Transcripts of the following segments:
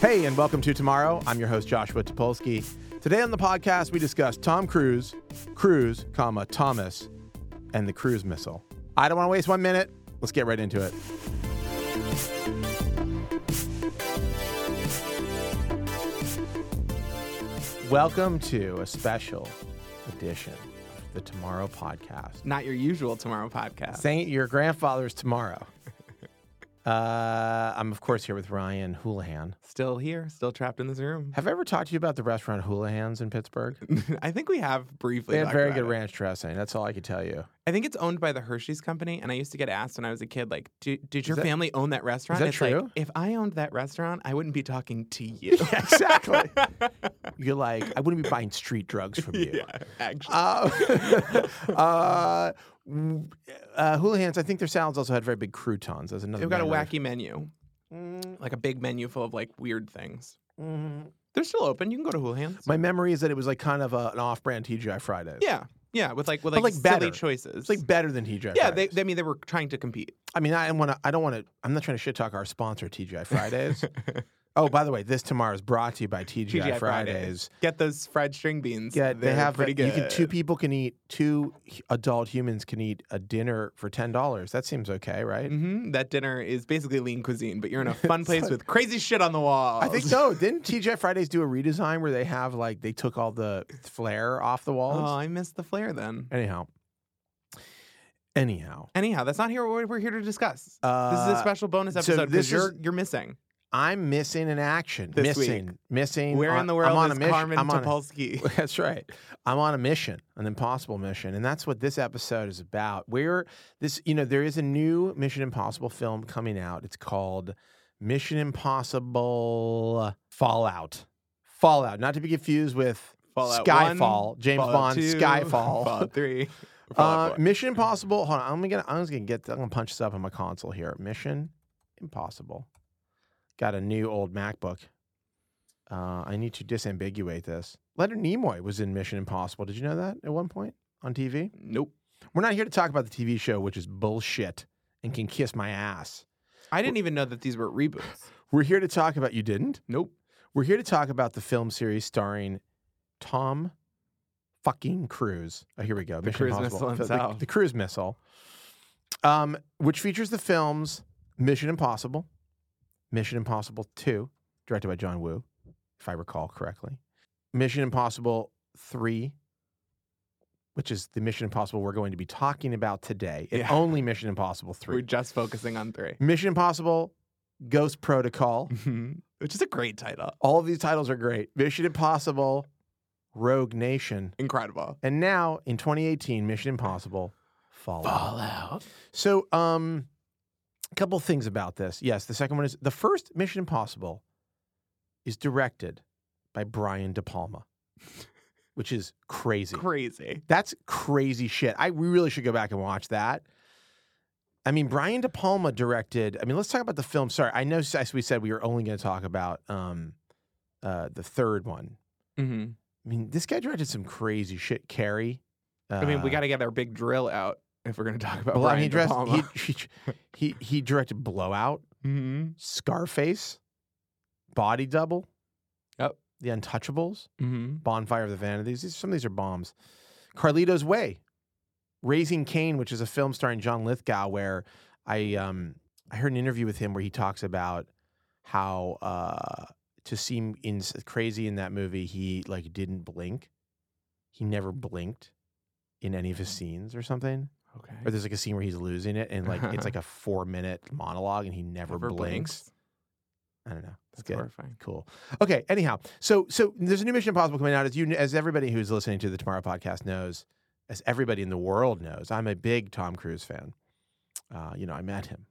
Hey, and welcome to Tomorrow. I'm your host, Joshua Topolsky. Today on the podcast, we discuss Tom Cruise, Cruise, comma, Thomas, and the cruise missile. I don't want to waste one minute. Let's get right into it. Welcome to a special edition of the Tomorrow podcast. Not your usual tomorrow podcast. Saying your grandfather's tomorrow. Uh, I'm, of course, here with Ryan Houlihan. Still here, still trapped in this room. Have I ever talked to you about the restaurant Houlihan's in Pittsburgh? I think we have briefly. They had talked very about good it. ranch dressing. That's all I could tell you. I think it's owned by the Hershey's company, and I used to get asked when I was a kid, like, "Do- "Did your that- family own that restaurant?" that it's true? like, if I owned that restaurant, I wouldn't be talking to you. exactly. You're like, I wouldn't be buying street drugs from you. yeah, actually. Uh, uh, w- uh, Houlihan's, I think their salads also had very big croutons. That's another. They've got a memory. wacky menu, Mm, like a big menu full of like weird things. mm. They're still open. You can go to Houlihan's. My memory is that it was like kind of a, an off-brand TGI Fridays. yeah, yeah, with like with But, like, like, silly better. choices. it's like better than TGI. yeah, they, Fridays. they, I mean, they were trying to compete. I mean, I want to. I don't want to. I'm not trying to shit talk our sponsor, TGI Fridays. oh, by the way, this tomorrow is brought to you by TGI, TGI Fridays. Fridays. Get those fried string beans. Yeah, they They're have pretty like, good. You can two people can eat two h- adult humans can eat a dinner for ten dollars. That seems okay, right? hmm That dinner is basically lean cuisine, but you're in a fun place with crazy shit on the wall. I think so. Didn't TJ Fridays do a redesign where they have like they took all the flair off the walls? Oh, I missed the flair then. anyhow, anyhow, Anyhow, that's not here. What we're here to discuss. uh, this is a special bonus so episode this because is- you're you're missing. I'm missing an action. This week. missing, missing. Where on- in the world I'm on is a mission. Carmen I'm on a- Topolsky? That's right. I'm on a mission, an impossible mission, and that's what this episode is about. We're this, you know, there is a new Mission Impossible film coming out. It's called Mission Impossible Fallout. Fallout, not to be confused with Fallout Skyfall, 1, James Fallout Bond, 2, Skyfall. Fallout Three, Uh, Fallout 4. Mission Impossible. Hold on, I'm gonna I'm just gonna get I'm gonna punch this up on my console here. Mission Impossible. Got a new old MacBook. Uh, I need to disambiguate this. Leonard Nimoy was in Mission Impossible. Did you know that at one point on TV? Nope, We're not here to talk about the TV show, which is bullshit and can kiss my ass. I didn't even know that these were reboots. We're here to talk about you didn't. Nope. We're here to talk about the film series starring Tom fucking Cruise. Oh, here we go. The cruise Impossible. missile The- the- himself. The, cruise missile, um, which features the films Mission Impossible, Mission Impossible 2, directed by John Woo, if I recall correctly, Mission Impossible 3, which is the Mission Impossible we're going to be talking about today, and Yeah. only Mission Impossible We're 3. just focusing on three, Mission Impossible, Ghost Protocol. Mhm. which is a great title. All of these titles are great. Mission Impossible, Rogue Nation, Incredible. and now in 2018, Mission Impossible Fallout. Fallout. So, um, a couple things about this. Yes, the second one is the first Mission Impossible is directed by Brian De Palma, which is crazy. Crazy. That's crazy shit. I we really should go back and watch that. I mean, Brian De Palma directed. I mean, let's talk about the film. Sorry, I know as we said we were only going to talk about um, uh, the third one. hmm I mean, this guy directed some crazy shit. Carrie. Uh, I mean, we got to get our big drill out if we're going to talk about Blow- Brian he, De dressed, Palma. he, he, he, he directed Blowout, Mhm. Scarface, Body Double, Yep. The Untouchables, Mhm. Bonfire of the Vanities. These, some of these are bombs. Carlito's Way, Raising Cain, which is a film starring John Lithgow, where I um I heard an interview with him where he talks about how uh to seem in, crazy in that movie he like didn't blink, he never blinked in any of his scenes or something. Okay. Or there's like a scene where he's losing it and like it's like a four minute monologue and he never, Never blinks. I don't know. It's That's good. horrifying. Cool. Okay. Anyhow, so so there's a new Mission Impossible coming out. As you, as everybody who's listening to the Tomorrow podcast knows, as everybody in the world knows, I'm a big Tom Cruise fan. Uh, you know, I met him.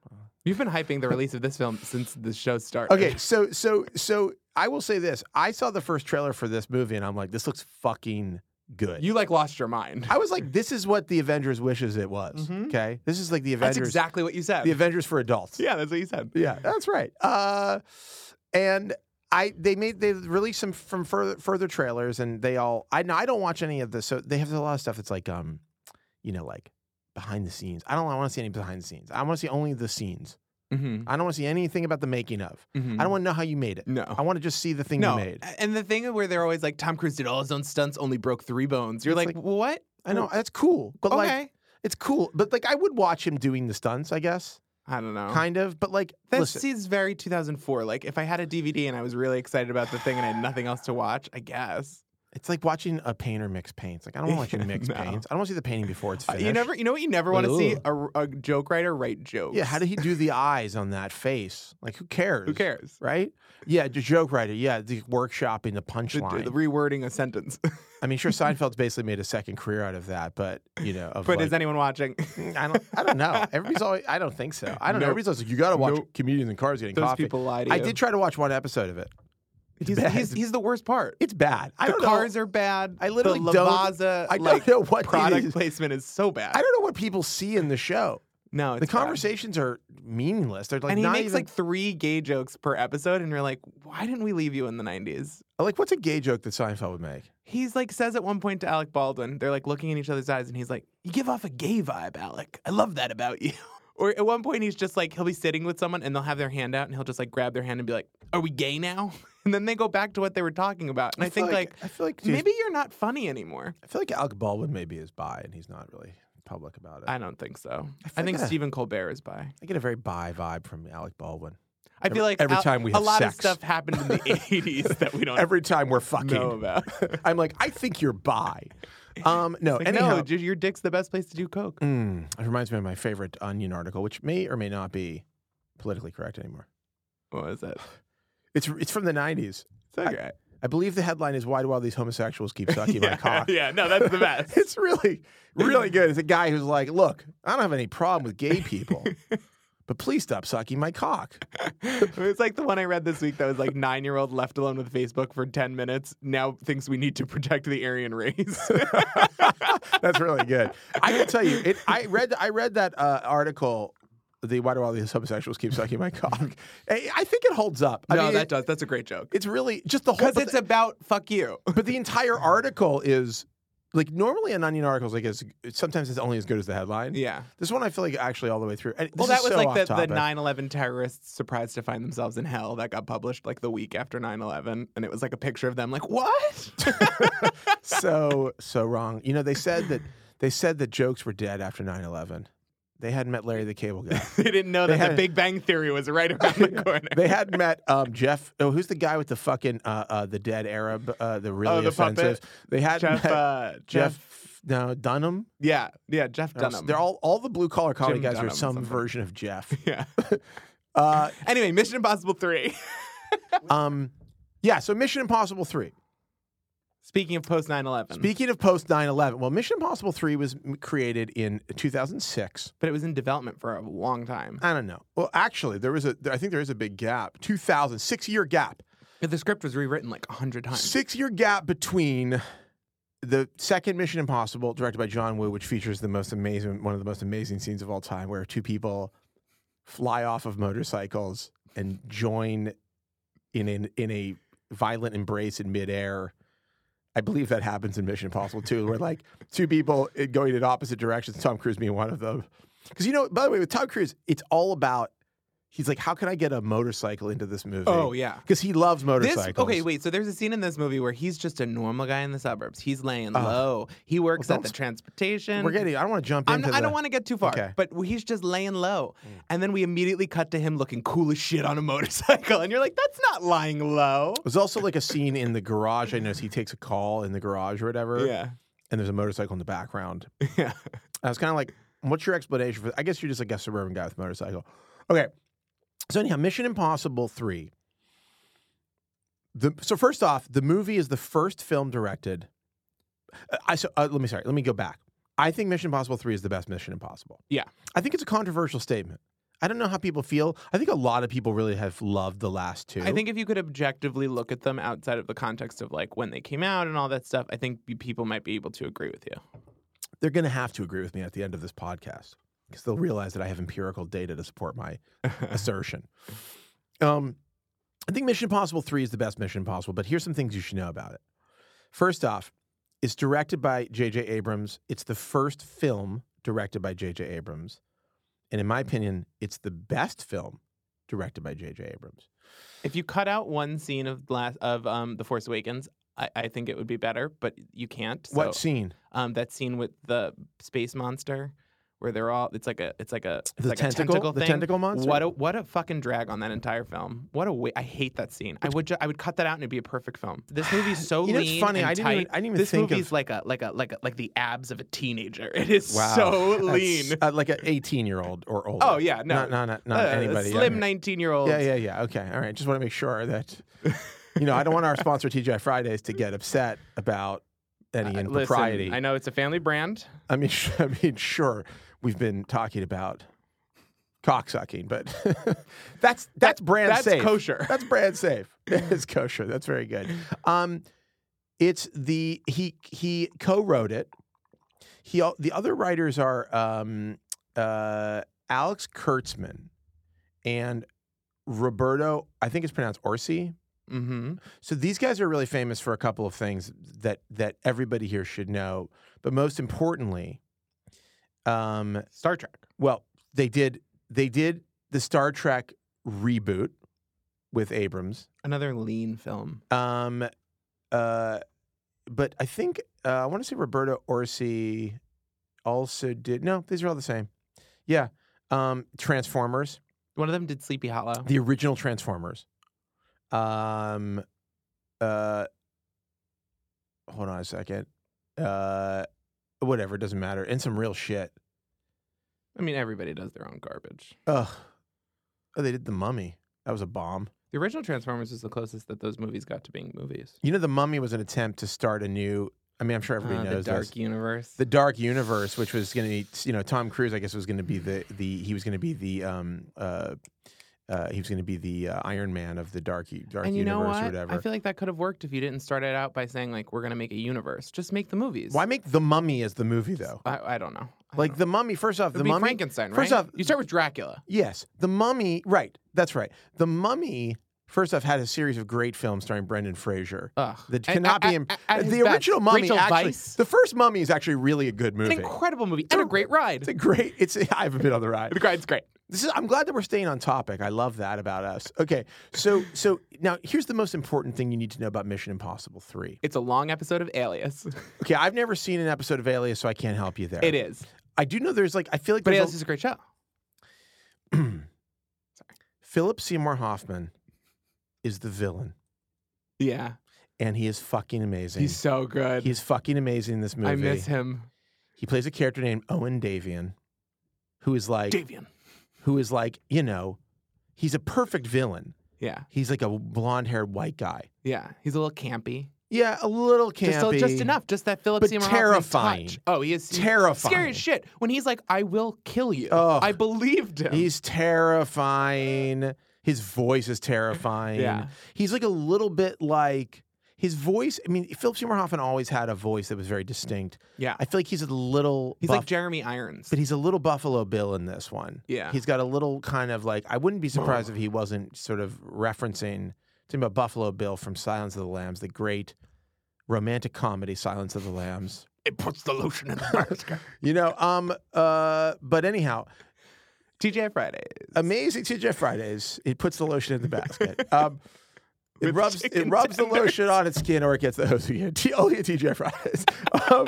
You've been hyping the release of this film since the show started. Okay. So so so I will say this: I saw the first trailer for this movie, and I'm like, this looks fucking good. You like lost your mind. I was like, this is what the Avengers wishes it was. Mhm. Okay, this is like the That's Avengers, exactly what you said. the Avengers for adults. yeah, that's what you said. Yeah, that's right. Uh, and I they made they released some from further further trailers, and they all I I don't watch any of this, so they have a lot of stuff that's like um, you know, like behind the scenes. I don't want to see any behind the scenes. I want to see only the scenes. Mm-hmm. I don't want to see anything about the making of. I don't want to know how you made it. Mm. No. I want to just see the thing no. you made. A- And the thing where they're always like, Tom Cruise did all his own stunts, only broke three bones. You're It's like, what? I know that's cool, but okay. like it's cool, but like I would watch him doing the stunts, I guess, I don't know. kind of. But like, That listen, seems very 2004. Like, if I had a DVD and I was really excited about the thing and I had nothing else to watch, I guess. it's like watching a painter mix paints. Like I don't want to watch you mix No. paints. I don't want to see the painting before it's Uh, finished. you never, you know what? You never want to see Ooh. a, a joke writer write jokes. Yeah, how did he do the eyes on that face? Like, who cares? Who cares? Right? Yeah, the joke writer. Yeah, the workshopping, the The, punchline. the rewording a sentence. I mean, sure, Seinfeld's basically made a second career out of that, but you know, of but like, is anyone watching? I don't, I don't know. Everybody's always, I don't think so. I don't know. Nope. Everybody's always like, you got to watch Nope. comedians in cars getting Those coffee. people lie to you. I did try to watch one episode of it. He's, bad. he's, he's the worst part. It's bad. I the don't cars know. are bad. I literally the don't- Lavazza, I don't like, know what it product is. placement is so bad. I don't know what people see in the show. no, it's the bad. conversations are meaningless. They're like and he not makes even like three gay jokes per episode, and you're like, why didn't we leave you in the 90s? like what's a gay joke that Seinfeld would make? He's like says at one point to Alec Baldwin, they're like looking in each other's eyes, and he's like, "You give off a gay vibe, Alec. I love that about you." Or at one point, he's just like he'll be sitting with someone, and they'll have their hand out, and he'll just like grab their hand and be like, "Are we gay now?" And then they go back to what they were talking about, and I, feel think like, I feel like dude, maybe you're not funny anymore. I feel like Alec Baldwin maybe is bi and he's not really public about it. I don't think so. Uh, I I, feel think like uh, a- Stephen Colbert is bi. I get a very bi vibe from Alec Baldwin. I feel Every- like every Al- time we a have lot sex. of stuff happened in the '80s that we don't Every time we're fucking, know about. I'm like, I think you're bi. Um, no, Like, anyhow, no, ju- your dick's the best place to do coke. Mm, it reminds me of my favorite Onion article, which may or may not be politically correct anymore. What was that? It's it's from the '90s. It's okay. I believe the headline is "Why do all these homosexuals keep sucking my cock?" yeah, no, that's the best. It's really, really good. It's a guy who's like, "Look, I don't have any problem with gay people, but please stop sucking my cock." it's like the one I read this week that was like nine year old left alone with Facebook for 10 minutes now thinks we need to protect the Aryan race. That's really good. I can tell you, it, I read I read that uh, article. The why do all these homosexuals keep sucking my cock? I, I think it holds up. I no, mean, that it- does. That's a great joke. it's really just the whole. Because But, it's about fuck you. the, but the entire article is like normally an onion article is like it's, sometimes it's only as good as the headline. Yeah. This one I feel like actually all the way through. And Well, this is that was so like off the, the topic. 9-11 terrorists surprised to find themselves in hell that got published like the week after 9-11. And it was like a picture of them like, what? so so wrong. You know they said that they said that jokes were dead after 9-11. They hadn't met Larry the Cable Guy. they didn't know They that had- the Big Bang Theory was right around the corner. They had met um, Jeff. Oh, who's the guy with the fucking uh, uh, the dead Arab? Uh, the really Oh, the puppet? offensive. They had Jeff, met uh, Jeff. Jeff, No, Dunham. yeah, yeah, Jeff Dunham. They're all all the blue collar comedy Jim guys are Dunham, some something. version of Jeff. yeah. Uh, Anyway, Mission Impossible 3. um, yeah. So Mission Impossible three. Speaking of post 9 11. Speaking of post 9-11, well, Mission Impossible three was m- created in two thousand six. but it was in development for a long time. I don't know. Well, actually, there was a. there- I think there is a big gap. 2000, six year gap. Uh, The script was rewritten like a hundred times. Six year gap between the second Mission Impossible, directed by John Woo, which features the most amazing, one of the most amazing scenes of all time, where two people fly off of motorcycles and join in an, in a violent embrace in midair. I believe that happens in Mission Impossible too, where like two people eh, going in opposite directions, Tom Cruise being one of them. Because you know, by the way, with Tom Cruise, it's all about he's like, how can I get a motorcycle into this movie? Oh yeah. because he loves motorcycles. This, okay, wait. So there's a scene in this movie where he's just a normal guy in the suburbs. He's laying Ugh. low. He works Uh, Well, at don't the transportation. We're getting. I don't want to jump I'm, into. I don't the- want to get too far, Okay. Mm. but he's just laying low. And then we immediately cut to him looking cool as shit on a motorcycle. And you're like, that's not lying low. There's also like a scene in the garage. I noticed he takes a call in the garage or whatever, Yeah. and there's a motorcycle in the background. Yeah. I was kind of like, "What's your explanation for?" I guess you're just like a suburban guy with a motorcycle. Okay, so anyhow, Mission Impossible Three. The so first off, the movie is the first film directed. uh, I so uh, let me sorry. Let me go back. I think Mission Impossible Three is the best Mission Impossible. Yeah. I think it's a controversial statement. I don't know how people feel. I think a lot of people really have loved the last two. I think if you could objectively look at them outside of the context of like when they came out and all that stuff, I think be- people might be able to agree with you. they're going to have to agree with me at the end of this podcast because they'll realize that I have empirical data to support my assertion. Um, I think Mission Impossible 3 is the best Mission Impossible, but here's some things you should know about it. First off, it's directed by J.J. Abrams. It's the first film directed by J.J. Abrams. And in my opinion, it's the best film directed by J.J. Abrams. if you cut out one scene of last of um, the Force Awakens, I, I think it would be better, but you can't. So, what scene? um, that scene with the space monster, where they're all it's like a it's like a it's The like tentacle? a tentacle The thing. tentacle monster? What a what a fucking drag on that entire film. What a wa- I hate that scene. I would ju- I would cut that out and it'd be a perfect film. This movie's so You know, it's lean funny, and I didn't tight. even- I didn't even this think movie's of- like a like a like a, like the abs of a teenager. It is Wow. so That's, lean. uh, like an 18 year old or older. Oh yeah, no. Not, not, not, not Uh, anybody. yeah. slim 19 year old. Yeah, yeah, yeah. Okay. All right. Just want to make sure that, you know, I don't want our sponsor, TGI Fridays, to get upset about any Uh, listen, impropriety. I know it's a family brand. I mean, sh- I mean, sure, we've been talking about cocksucking, but that's that's brand That's safe. kosher. That's brand safe. it's kosher. That's very good. Um, it's the he he co-wrote it. He al- the other writers are um, uh, Alex Kurtzman and Roberto. I think it's pronounced Orsi. Mm-hmm. So these guys are really famous for a couple of things that that everybody here should know, but most importantly, um, Star Trek. well, they did they did the Star Trek reboot with Abrams, Another lean film. um, uh, but I think uh, I want to say Roberta Orsi also did. No, these are all the same. Yeah, um, Transformers, One of them did Sleepy Hollow. the original Transformers. Um, uh, hold on a second. Uh, whatever, it doesn't matter. And some real shit. I mean, everybody does their own garbage. Ugh. Oh, they did the Mummy. That was a bomb. The original Transformers was the closest that those movies got to being movies. You know, the Mummy was an attempt to start a new. I mean, I'm sure everybody Uh, knows the Dark this. Universe. the Dark Universe, which was going to be, you know, Tom Cruise. I guess was going to be the the he was going to be the um uh. Uh, he was going to be the uh, Iron Man of the Dark, dark and you know Universe what? or whatever. I feel like that could have worked if you didn't start it out by saying like we're gonna make a universe. Just make the movies. Why make The Mummy as the movie though? I, I don't know. I Like don't know. The Mummy. First off, It would The be Mummy. Frankenstein. first right? off- you start with Dracula. Yes, The Mummy. Right, that's right. The Mummy. First off, had a series of great films starring Brendan Fraser. Ugh. That At- cannot at- be im- at- at his the best. original Mummy. Rachel actually, Weisz. the first Mummy is actually really a good It's movie. an incredible movie and a great It's a ride. great. It's. I haven't been on the ride. The ride's great. This is. I'm glad that we're staying on topic. I love that about us. Okay, so so now here's the most important thing you need to know about Mission Impossible Three. It's a long episode of Alias. Okay, I've never seen an episode of Alias, so I can't help you there. it is, I do know there's like I feel like but there's Alias a- is a great show. Philip Seymour Hoffman is the villain, Yeah, and he is fucking amazing. he's so good. He's fucking amazing in this movie. I miss him. He plays a character named Owen Davian, who is like Davian. who is like you know, he's a perfect villain. Yeah, He's like a blonde-haired white guy. yeah. He's a little campy. Yeah, a little campy. Just, a- just enough. Just that Philip but Seymour terrifying. Hoffman touch. Oh, he is he's Terrifying. Scary as shit. When he's like, "I will kill you," Ugh. I believed him. He's terrifying. His voice is terrifying. Yeah. He's like a little bit like his voice. I mean, Philip Seymour Hoffman always had a voice that was very distinct. yeah, I feel like he's a little he's buff- like Jeremy Irons. but he's a little Buffalo Bill in this one. yeah, He's got a little kind of like I wouldn't be surprised if he wasn't sort of referencing talking about Buffalo Bill from Silence of the Lambs, the great romantic comedy Silence of the Lambs. it puts the lotion in the basket. You know, um, uh, but anyhow, TJ Fridays. amazing TJ Fridays. It puts the lotion in the basket. Um, it With rubs it chicken rubs the tenders. lotion on its skin, or it gets the hose again. T- only at TJ Fridays. um,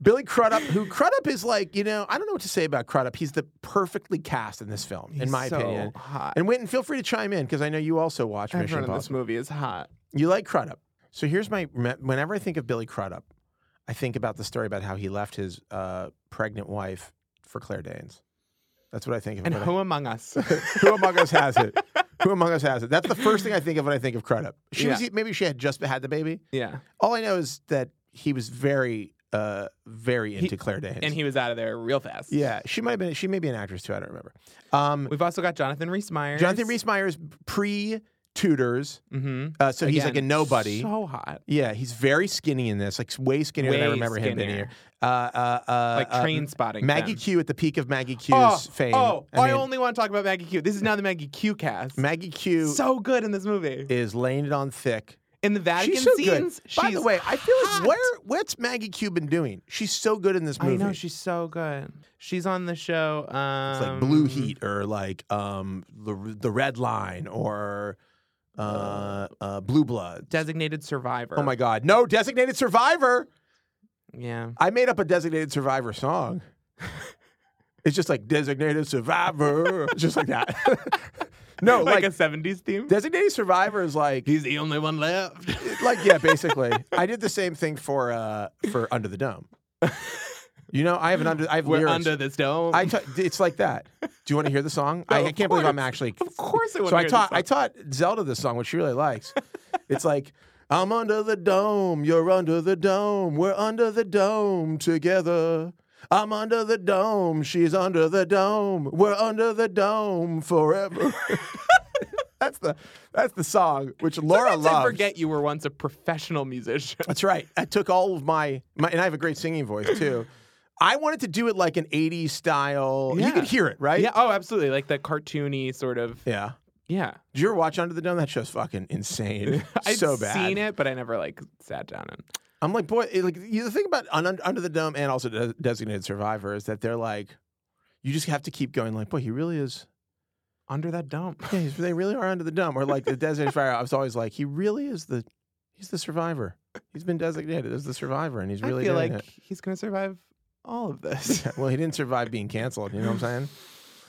Billy Crudup, who Crudup is like, you know, I don't know what to say about Crudup. He's the perfectly cast in this film, in He's my so opinion. hot. And Winton, feel free to chime in because I know you also watch Mission Everyone in this Impossible. movie is hot. You like Crudup. So here's my me- whenever I think of Billy Crudup, I think about the story about how he left his uh, pregnant wife for Claire Danes. That's what I think of. And when I- who among us? who among us has it? Who among us has it? That's the first thing I think of when I think of Crudup. She was, maybe she had just had the baby. yeah, All I know is that he was very uh, very into Claire Danes. and he was out of there real fast. yeah, she might have been. She may be an actress too. I don't remember. Um, We've also got Jonathan Rhys Meyers. Jonathan Rhys Meyers pre Tudors, Mm-hmm. uh, so he's like a nobody. So hot. yeah, he's very skinny in this, like way skinnier than I Way remember him being skinnier. here. Uh, uh, uh, Like uh, train spotting. Maggie them. Q at the peak of Maggie Q's Oh, fame. oh, I, I mean, only want to talk about Maggie Q. This is now the Maggie Q cast. Maggie Q so good in this movie. is laying it on thick. In the Vatican She's so scenes, good. By she's the way, I feel hot. like where what's Maggie Q been doing? She's so good in this I movie. know she's so good. She's on the show. Um, it's like Blue Heat or like um the the Red Line or uh, uh Blue Blood. Designated Survivor. Oh my God! No, Designated Survivor. Yeah. I made up a Designated Survivor song. It's just like Designated Survivor, just like that. no, like, like, a '70s theme. Designated Survivor is like He's the only one left. like yeah, basically. I did the same thing for uh for Under the Dome. You know, I have an under I have We're lyrics. under this dome. I taught it's like that. Do you want to hear the song? I, I No, of can't believe I'm course. actually of course, it would. So I taught I taught Zelda this song, which she really likes. it's like I'm under the dome, you're under the dome, we're under the dome together. I'm under the dome, she's under the dome, we're under the dome forever. that's the that's the song which Laura Sometimes I loves. forget you were once a professional musician. That's right. I took all of my, my and I have a great singing voice too. I wanted to do it like an 80s style. You Yeah. could hear it, right? yeah. Oh, absolutely. Like the cartoony sort of. Yeah. Yeah. Did you ever watch Under the Dome? That show's fucking insane. I've so bad. seen it, but I never like sat down and. I'm like, boy, it, like you, the thing about un, Un- Under the Dome and also De- Designated Survivor is that they're like, you just have to keep going. Like, boy, he really is. Under that dump. Yeah, he's, they really are under the dome. Or like the Designated Survivor. I was always like, he really is the, he's the survivor. He's been designated as the survivor, and he's really I feel doing like he's gonna survive all of this. it. Well, he didn't survive being canceled. You know what I'm saying?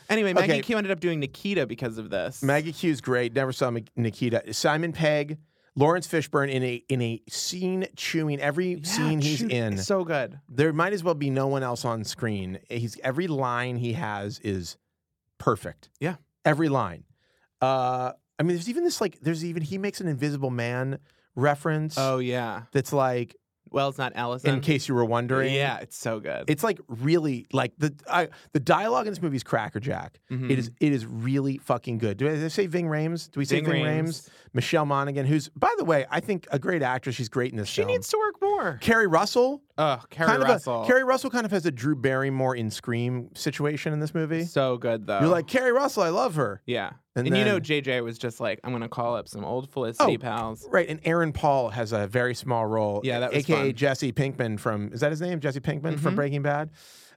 Anyway, Maggie Okay. Q ended up doing Nikita because of this. Maggie Q's great. Never saw Mag- Nikita. Simon Pegg, Lawrence Fishburne in a in a scene chewing every Yeah, scene he's shoot, in. So good. there might as well be no one else on screen. He's every line he has is perfect. Yeah. every line. Uh, I mean, there's even this like there's even he makes an Invisible Man reference Oh yeah. that's like Well, it's not Allison. in case you were wondering. Yeah, it's so good. It's like really like the I, the dialogue in this movie is crackerjack. Mhm. It is it is really fucking good. Do I say Ving Rhames? Do we say Ving Ving, Rhames. Rhames? Michelle Monaghan, who's by the way, I think a great actress. She's great in this. She film. needs to work more. Carrie Russell. Oh, Carrie uh, kind of Russell. A, Carrie Russell kind of has a Drew Barrymore in Scream situation in this movie. so good though. You're like Carrie Russell, I love her. yeah. And, And you know, then- JJ was just like, I'm gonna call up some old Felicity Oh. pals. Right, and Aaron Paul has a very small role. Yeah, that was AKA fun. Jesse Pinkman from is that his name? Jesse Pinkman Mhm. from Breaking Bad.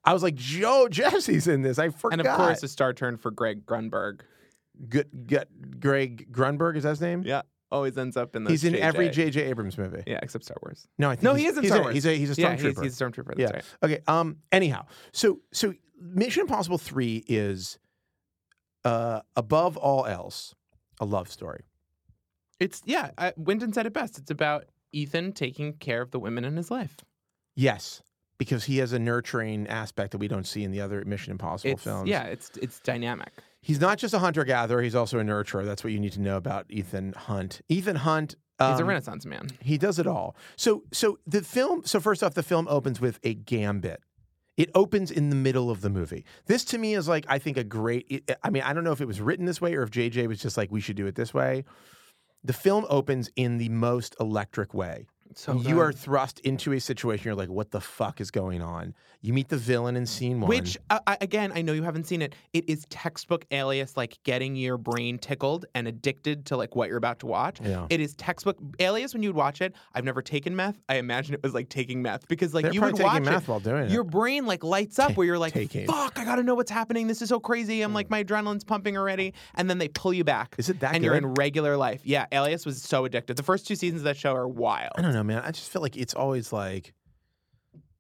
I was like, Joe, Jesse's in this. I forgot. And of course, a star turn for Greg Grunberg. Good, good, Greg Grunberg is that his name? Yeah, always ends up in the. he's in every J.J. Abrams movie. Yeah, except Star Wars. No, I think No, he's, he is in he's Star it. Wars. He's a he's a yeah, stormtrooper. he's, he's a stormtrooper. That's Yeah. right. Okay. Um. Anyhow, so so Mission Impossible Three is, uh, above all else, a love story. It's yeah. I, Wyndon said it best. It's about Ethan taking care of the women in his life. Yes, because he has a nurturing aspect that we don't see in the other Mission Impossible It's, films. yeah, it's it's dynamic. He's not just a hunter gatherer. He's also a nurturer. That's what you need to know about Ethan Hunt. Ethan Hunt. He's a um, Renaissance man. He does it all. So so the film so first off the film opens with a gambit. It opens in the middle of the movie. This to me is like I think a great it- I mean I don't know if it was written this way or if JJ was just like we should do it this way. The film opens in the most electric way. So you are thrust into a situation you're like what the fuck is going on? You meet the villain in scene 1. Which uh, I, again, I know you haven't seen it. It is textbook Alias, like getting your brain tickled and addicted to like what you're about to watch. Yeah. It is textbook Alias. When you would watch it, I've never taken meth. I imagine it was like taking meth because like They're you would probably watch taking it, math while doing your it. brain like lights up where you're like, taking. Mm. fuck, I gotta know what's happening. This is so crazy. I'm like, my adrenaline's pumping already. And then they pull you back. Is it that And you're good? in regular life. Yeah, Alias was so addicted. The first two seasons of that show are wild. I don't know, man. I just feel like it's always like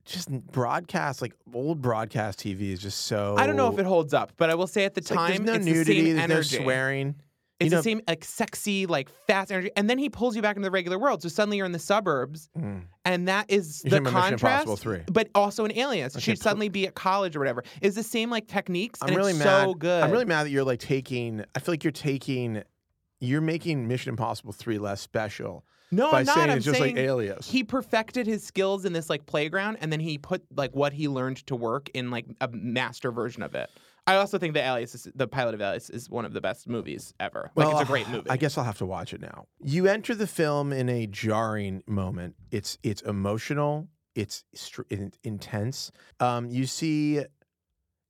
just broadcast, like old broadcast TV is just so. I don't know if it holds up, but I will say at the It's time, like, there's no it's the nudity, same there's energy. no swearing. It's You the know- same like sexy, like fast energy, and then he pulls you back into the regular world. So suddenly you're in the suburbs, Mm. and that is You're the talking about Mission contrast. Impossible 3. But also in Alias, she'd pl- suddenly be at college or whatever. It's the same like techniques. I'm and really it's mad. So good. I'm really mad that you're like taking. I feel like you're taking. You're making Mission Impossible three less special No, by I'm not. saying I'm it's just saying like Alias. he perfected his skills in this like playground, and then he put like what he learned to work in like a master version of it. I also think that Alias, is, the pilot of Alias, is one of the best movies ever. Like it's a great movie. I guess I'll have to watch it now. You enter the film in a jarring moment. It's it's emotional. It's str- in- intense. Um, you see,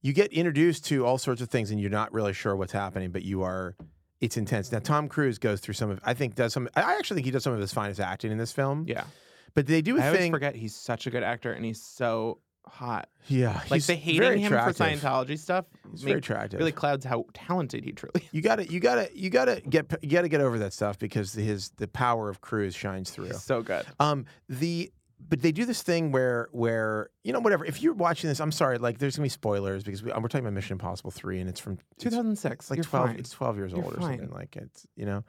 you get introduced to all sorts of things, and you're not really sure what's happening, but you are. It's intense. Now Tom Cruise goes through some of. I think does some. I actually think he does some of his finest acting in this film. Yeah, But they do a I always thing. forget he's such a good actor, and he's so hot. Yeah, Like he's the hating very him attractive. for Scientology stuff He's very make, attractive. really clouds how talented he truly. is. you gotta, you gotta, you gotta get, you gotta get over that stuff because his the power of Cruise shines through. He's so good. Um, the but they do this thing where where you know whatever. If you're watching this, I'm sorry, like there's gonna be spoilers because we, uh, we're talking about Mission Impossible three, and it's from it's 2006. like You're 12. fine. It's 12 years You're old or fine. something. Like it's you know,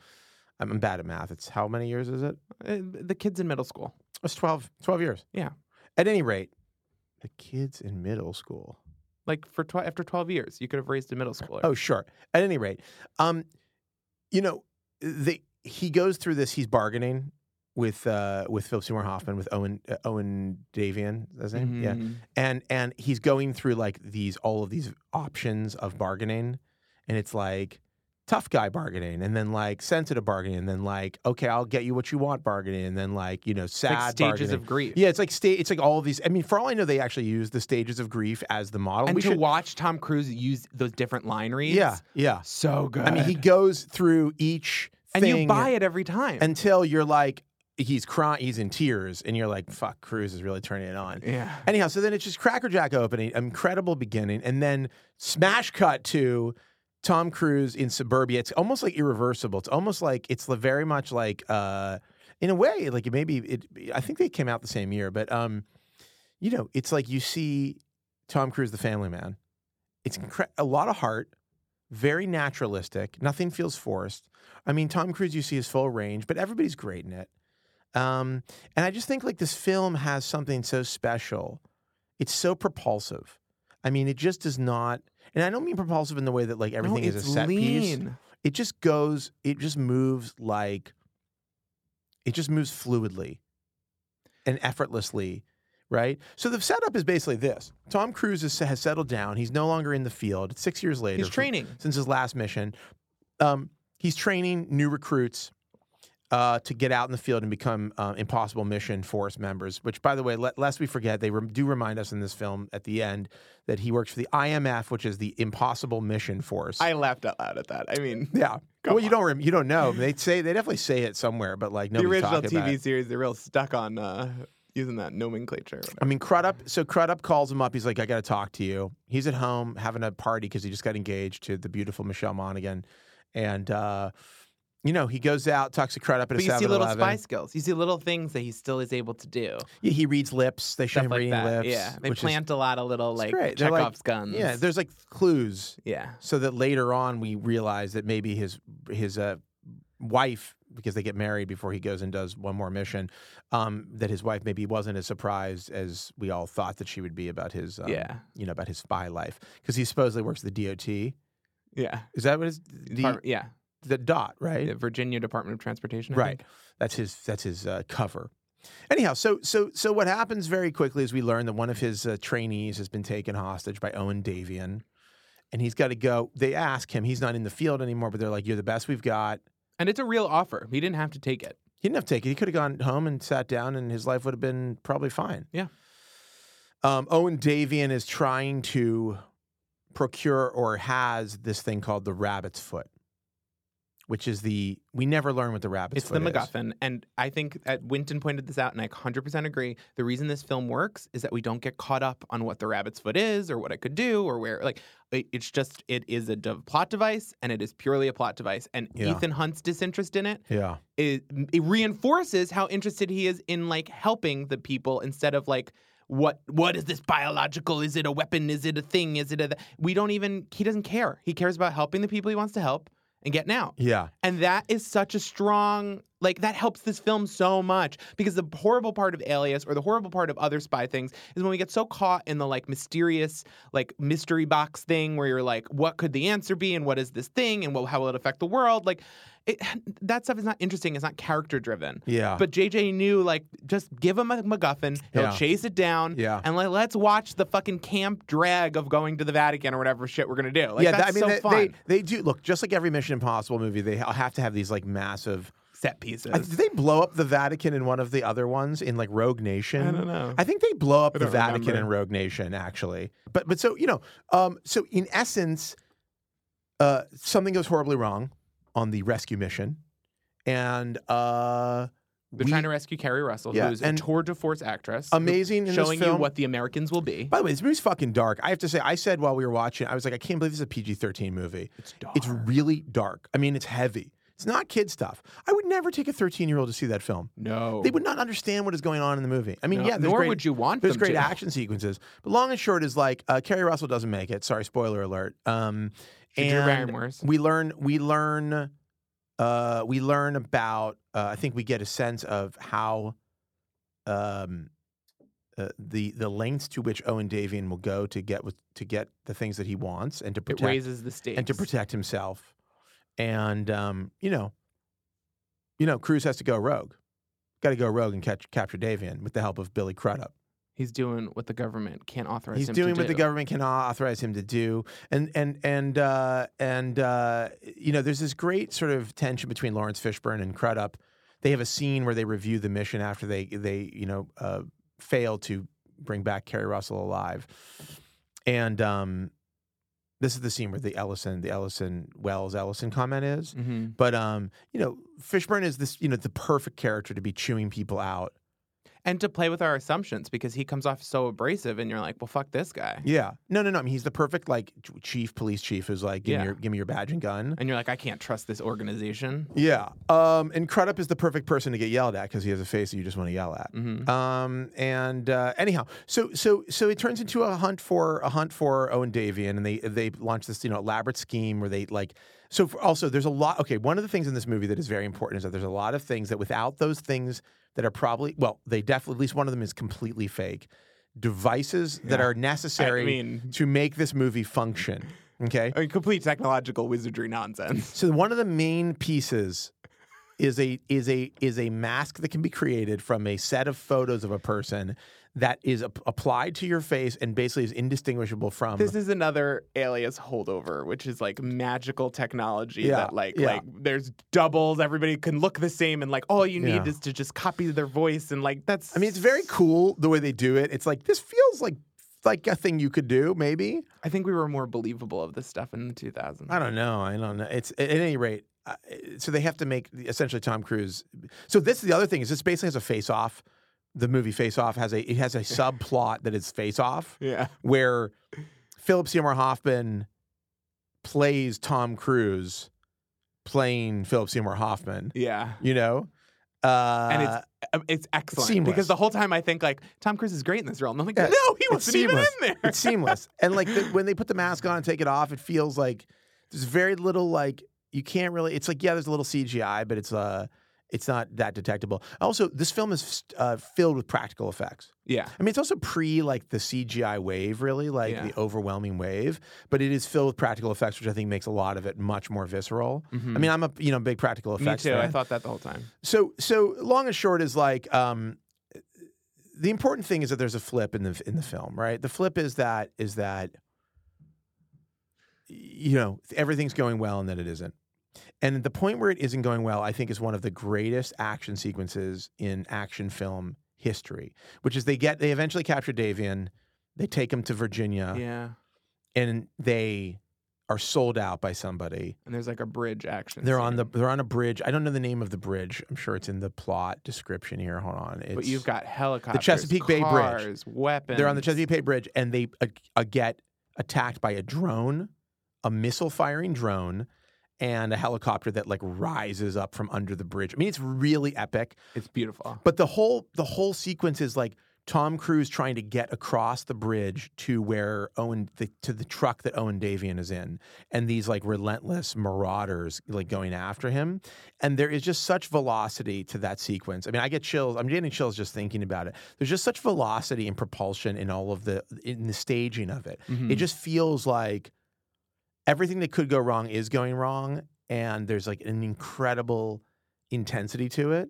I'm, I'm bad at math. It's how many years is it? Uh, the kids in middle school. It's 12. 12 years. Yeah. At any rate, the kids in middle school. Like for tw- after 12 years, you could have raised a middle schooler. Oh, sure. At any rate, um, you know, they he goes through this. He's bargaining with uh, with Philip Seymour Hoffman, with Owen uh, Owen Davian. Is that his name? Yeah. Mhm. and and he's going through like these all of these options of bargaining and it's like tough guy bargaining and then like sensitive bargaining and then like okay i'll get you what you want bargaining and then like you know sad Like stages bargaining. of grief. yeah it's like sta- it's like all of these i mean for all i know they actually use the stages of grief as the model And we to should watch Tom Cruise use those different line reads. yeah yeah So good. i mean he goes through each and thing you buy it every time. until you're like he's crying he's in tears and you're like fuck cruz is really turning it on yeah. Anyhow, so then it's just Crackerjack opening, incredible beginning, and then smash cut to Tom Cruise in suburbia. It's almost like irreversible. It's almost like it's li- very much like, uh, in a way, like it maybe it. I think they came out the same year, but um, you know, it's like you see Tom Cruise, the Family Man. It's incre- a lot of heart, very naturalistic. Nothing feels forced. I mean, Tom Cruise, you see his full range, but everybody's great in it. Um, and I just think like this film has something so special. It's so propulsive. I mean, it just does not. And I don't mean propulsive in the way that like everything no, is a it's set piece. lean. It just goes. It just moves like. It just moves fluidly, and effortlessly, right? So the setup is basically this: Tom Cruise is, has settled down. He's no longer in the field. It's six years later. He's from- training. since his last mission. Um, he's training new recruits uh, to get out in the field and become uh, Impossible Mission Force members. Which, by the way, let, lest we forget, they rem- do remind us in this film at the end that he works for the IMF, which is the Impossible Mission Force. I laughed out loud at that. I mean, yeah. Come well, you don't rem- you don't know. They say they definitely say it somewhere, but like the nobody's original talking about it. TV series, they're real stuck on uh, using that nomenclature. I mean, Crudup. So Crudup calls him up. He's like, "I got to talk to you." He's at home having a party because he just got engaged to the beautiful Michelle Monaghan, and uh, you know he goes out, talks to Crudup at But a you see 7 little spy skills. You see little things that he still is able to do. Yeah, he reads lips. They show Stuff him like reading that. lips. yeah. They which is- plant a lot of little like great. They're like- Chekhov's guns. yeah, there's like clues, Yeah. so that later on we realize that maybe his his uh, wife, because they get married before he goes and does one more mission, um, that his wife maybe wasn't as surprised as we all thought that she would be about his um, Yeah. you know, about his spy life because he supposedly works at the DOT. Is Yeah. that what it's the, Depart- yeah. the dot, right? The Virginia Department of Transportation. I Right. think. That's his that's his uh, cover. Anyhow, so so so what happens very quickly is we learn that one of his uh, trainees has been taken hostage by Owen Davian, and he's got to go. They ask him; he's not in the field anymore, but they're like, "You're the best we've got." And it's a real offer. He didn't have to take it. He didn't have to take it. He could have gone home and sat down, and his life would have been probably fine. Yeah. Um, Owen Davian is trying to procure or has this thing called the rabbit's foot, which is the we never learn what the rabbit's It's foot the is. MacGuffin. And I think at Winton pointed this out, and I 100% agree. The reason this film works is that we don't get caught up on what the rabbit's foot is or what it could do or where. Like, it- it's just, it is a de- plot device, and it is purely a plot device. And Yeah. Ethan Hunt's disinterest in it, Yeah. it, it reinforces how interested he is in like helping the people instead of like what what is this biological is it a weapon is it a thing is it a th-? we don't even he doesn't care he cares about helping the people he wants to help and getting out Yeah. and that is such a strong Like that helps this film so much because the horrible part of Alias or the horrible part of other spy things is when we get so caught in the like mysterious like mystery box thing where you're like, what could the answer be and what is this thing and what, how will it affect the world? Like it, that stuff is not interesting. It's not character driven. Yeah. But JJ knew like just give him a MacGuffin. He'll Yeah. chase it down. Yeah. And like let's watch the fucking camp drag of going to the Vatican or whatever shit we're gonna do. Like yeah, that- that's I mean, so they, fun. They, they do look just like every Mission Impossible movie. They have to have these like massive. Set pieces. I- Did they blow up the Vatican in one of the other ones in like Rogue Nation? I don't know. I think they blow up I the don't Vatican remember. in Rogue Nation, actually. But but so you know, um, so in essence, uh, something goes horribly wrong on the rescue mission, and uh, They're we- trying to rescue Carrie Russell, Yeah, who's and- a tour de force actress. who- amazing in Showing this film. you what the Americans will be. By the way, this movie's fucking dark. I have to say, I said while we were watching, I was like, I can't believe this is a PG thirteen movie. It's dark. It's really dark. I mean, it's heavy. It's not kid stuff. I would never take a thirteen year old to see that film. no. They would not understand what is going on in the movie. I mean, No, yeah, there's nor great, would you want there's them great to. action sequences. But long and short is like uh, Carrie Russell doesn't make it. Sorry, spoiler alert. Um, Drew and Barrymore's. we learn we learn uh, we learn about. Uh, I think we get a sense of how um, uh, the the lengths to which Owen Davian will go to get with, to get the things that he wants and to It protect raises the stakes. and to protect himself. And um, you know, you know, Cruz has to go rogue. Got to go rogue and catch capture Davian with the help of Billy Crudup. He's doing what the government can't authorize He's him doing to what the do. government cannot authorize him to do. And and and uh, and uh, you know, there's this great sort of tension between Lawrence Fishburne and Crudup. They have a scene where they review the mission after they they you know uh, fail to bring back Carrie Russell alive, and um, this is the scene where the Ellison the Ellison Wells Ellison comment is. Mhm. But um, you know, Fishburne is this, you know, the perfect character to be chewing people out. And to play with our assumptions because he comes off so abrasive and you're like, well, fuck this guy. Yeah. No, no, no. I mean, he's the perfect like ch- chief, police chief who's like, give Yeah. me your give me your badge and gun. And you're like, I can't trust this organization. Yeah. Um, and Crudup is the perfect person to get yelled at because he has a face that you just want to yell at. hmm Um, and uh, anyhow, so so so it turns into a hunt for a hunt for Owen Davian, and they they launch this you know elaborate scheme where they like. So for, also, there's a lot. Okay, one of the things in this movie that is very important is that there's a lot of things that without those things that are probably well, they definitely at least one of them is completely fake devices that Yeah. are necessary I mean- to make this movie function. Okay, I mean, complete technological wizardry nonsense. so one of the main pieces is a is a is a mask that can be created from a set of photos of a person that is ap- applied to your face and basically is indistinguishable from. This is another alias holdover, which is like magical technology Yeah, that like yeah. like there's doubles, everybody can look the same, and like all you need Yeah. is to just copy their voice and like that's I mean, it's very cool the way they do it. It's like this feels like like a thing you could do maybe. I think we were more believable of this stuff in the two thousands. I don't know. I don't know. It's at any rate. uh, So they have to make essentially Tom Cruise. So this is the other thing is this basically has a face off. The movie Face Off has a it has a subplot that is Face Off. Yeah. where Philip Seymour Hoffman plays Tom Cruise playing Philip Seymour Hoffman, Yeah. you know? Uh, and it's uh, it's excellent seamless. because the whole time I think like Tom Cruise is great in this role, and I'm like, Yeah, no, he it's wasn't even in seamless. there. it's seamless. and like the, when they put the mask on and take it off, it feels like there's very little like you can't really. It's like yeah, there's a little CGI, but it's uh, it's not that detectable. Also, this film is uh, filled with practical effects. yeah, I mean, it's also pre like the CGI wave, really, like Yeah. the overwhelming wave, but it is filled with practical effects, which I think makes a lot of it much more visceral. I mean, I'm a you know big practical me effects Mm-hmm. too. I fan. thought that the whole time. so so long and short is like um, the important thing is that there's a flip in the in the film, right? The flip is that is that you know everything's going well and that it isn't. And the point where it isn't going well, I think, is one of the greatest action sequences in action film history, which is they get they eventually capture Davian, they take him to Virginia, yeah, and they are sold out by somebody. and there's like a bridge action. They're on the scene. they're on a bridge. I don't know the name of the bridge. I'm sure it's in the plot description here. Hold on. It's, but you've got helicopters, Chesapeake Bay Bridge. cars, weapons. they're on the Chesapeake Bay Bridge, and they uh, uh, get attacked by a drone, a missile firing drone, and a helicopter that like rises up from under the bridge. I mean, it's really epic. It's beautiful. But the whole the whole sequence is like Tom Cruise trying to get across the bridge to where Owen the, to the truck that Owen Davian is in, and these like relentless marauders like going after him, and there is just such velocity to that sequence. I mean, I get chills. I'm getting chills just thinking about it. There's just such velocity and propulsion in all of the in the staging of it. Mm-hmm. Hmm. It just feels like everything that could go wrong is going wrong, and there's like an incredible intensity to it,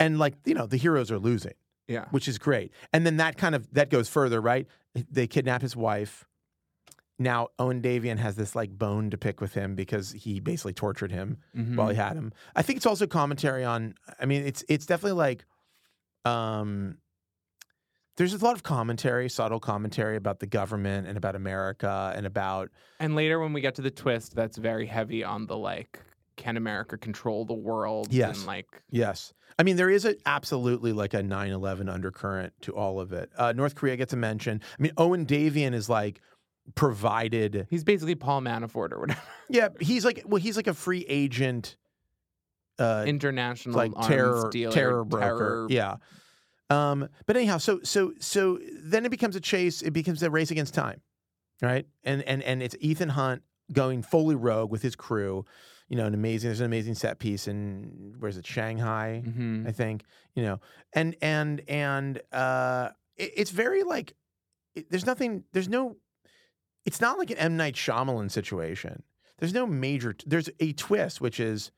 and like you know the heroes are losing yeah. which is great. And then that kind of that goes further, right? They kidnap his wife. Now Owen Davian has this like bone to pick with him because he basically tortured him Mm-hmm. while he had him. I think it's also commentary on. I mean, it's it's definitely like, um, there's a lot of commentary, subtle commentary about the government and about America and about And later when we get to the twist, that's very heavy on the like, can America control the world? Yes. And like, Yes. I mean, there is a, absolutely like a 9 11 undercurrent to all of it. Uh, North Korea gets a mention. I mean, Owen Davian is like provided. he's basically Paul Manafort or whatever. Yeah, he's like, well, he's like a free agent, uh, International like arms terror, dealer, terror broker. terror- Yeah. Um, but anyhow, so, so, so then it becomes a chase, it becomes a race against time, right? And, and, and it's Ethan Hunt going fully rogue with his crew. You know, an amazing, there's an amazing set piece in, where's it, Shanghai? Mhm. I think you know, and and and uh, it, it's very like it, there's nothing, there's no, it's not like an M Night Shyamalan situation. There's no major, t- there's a twist which is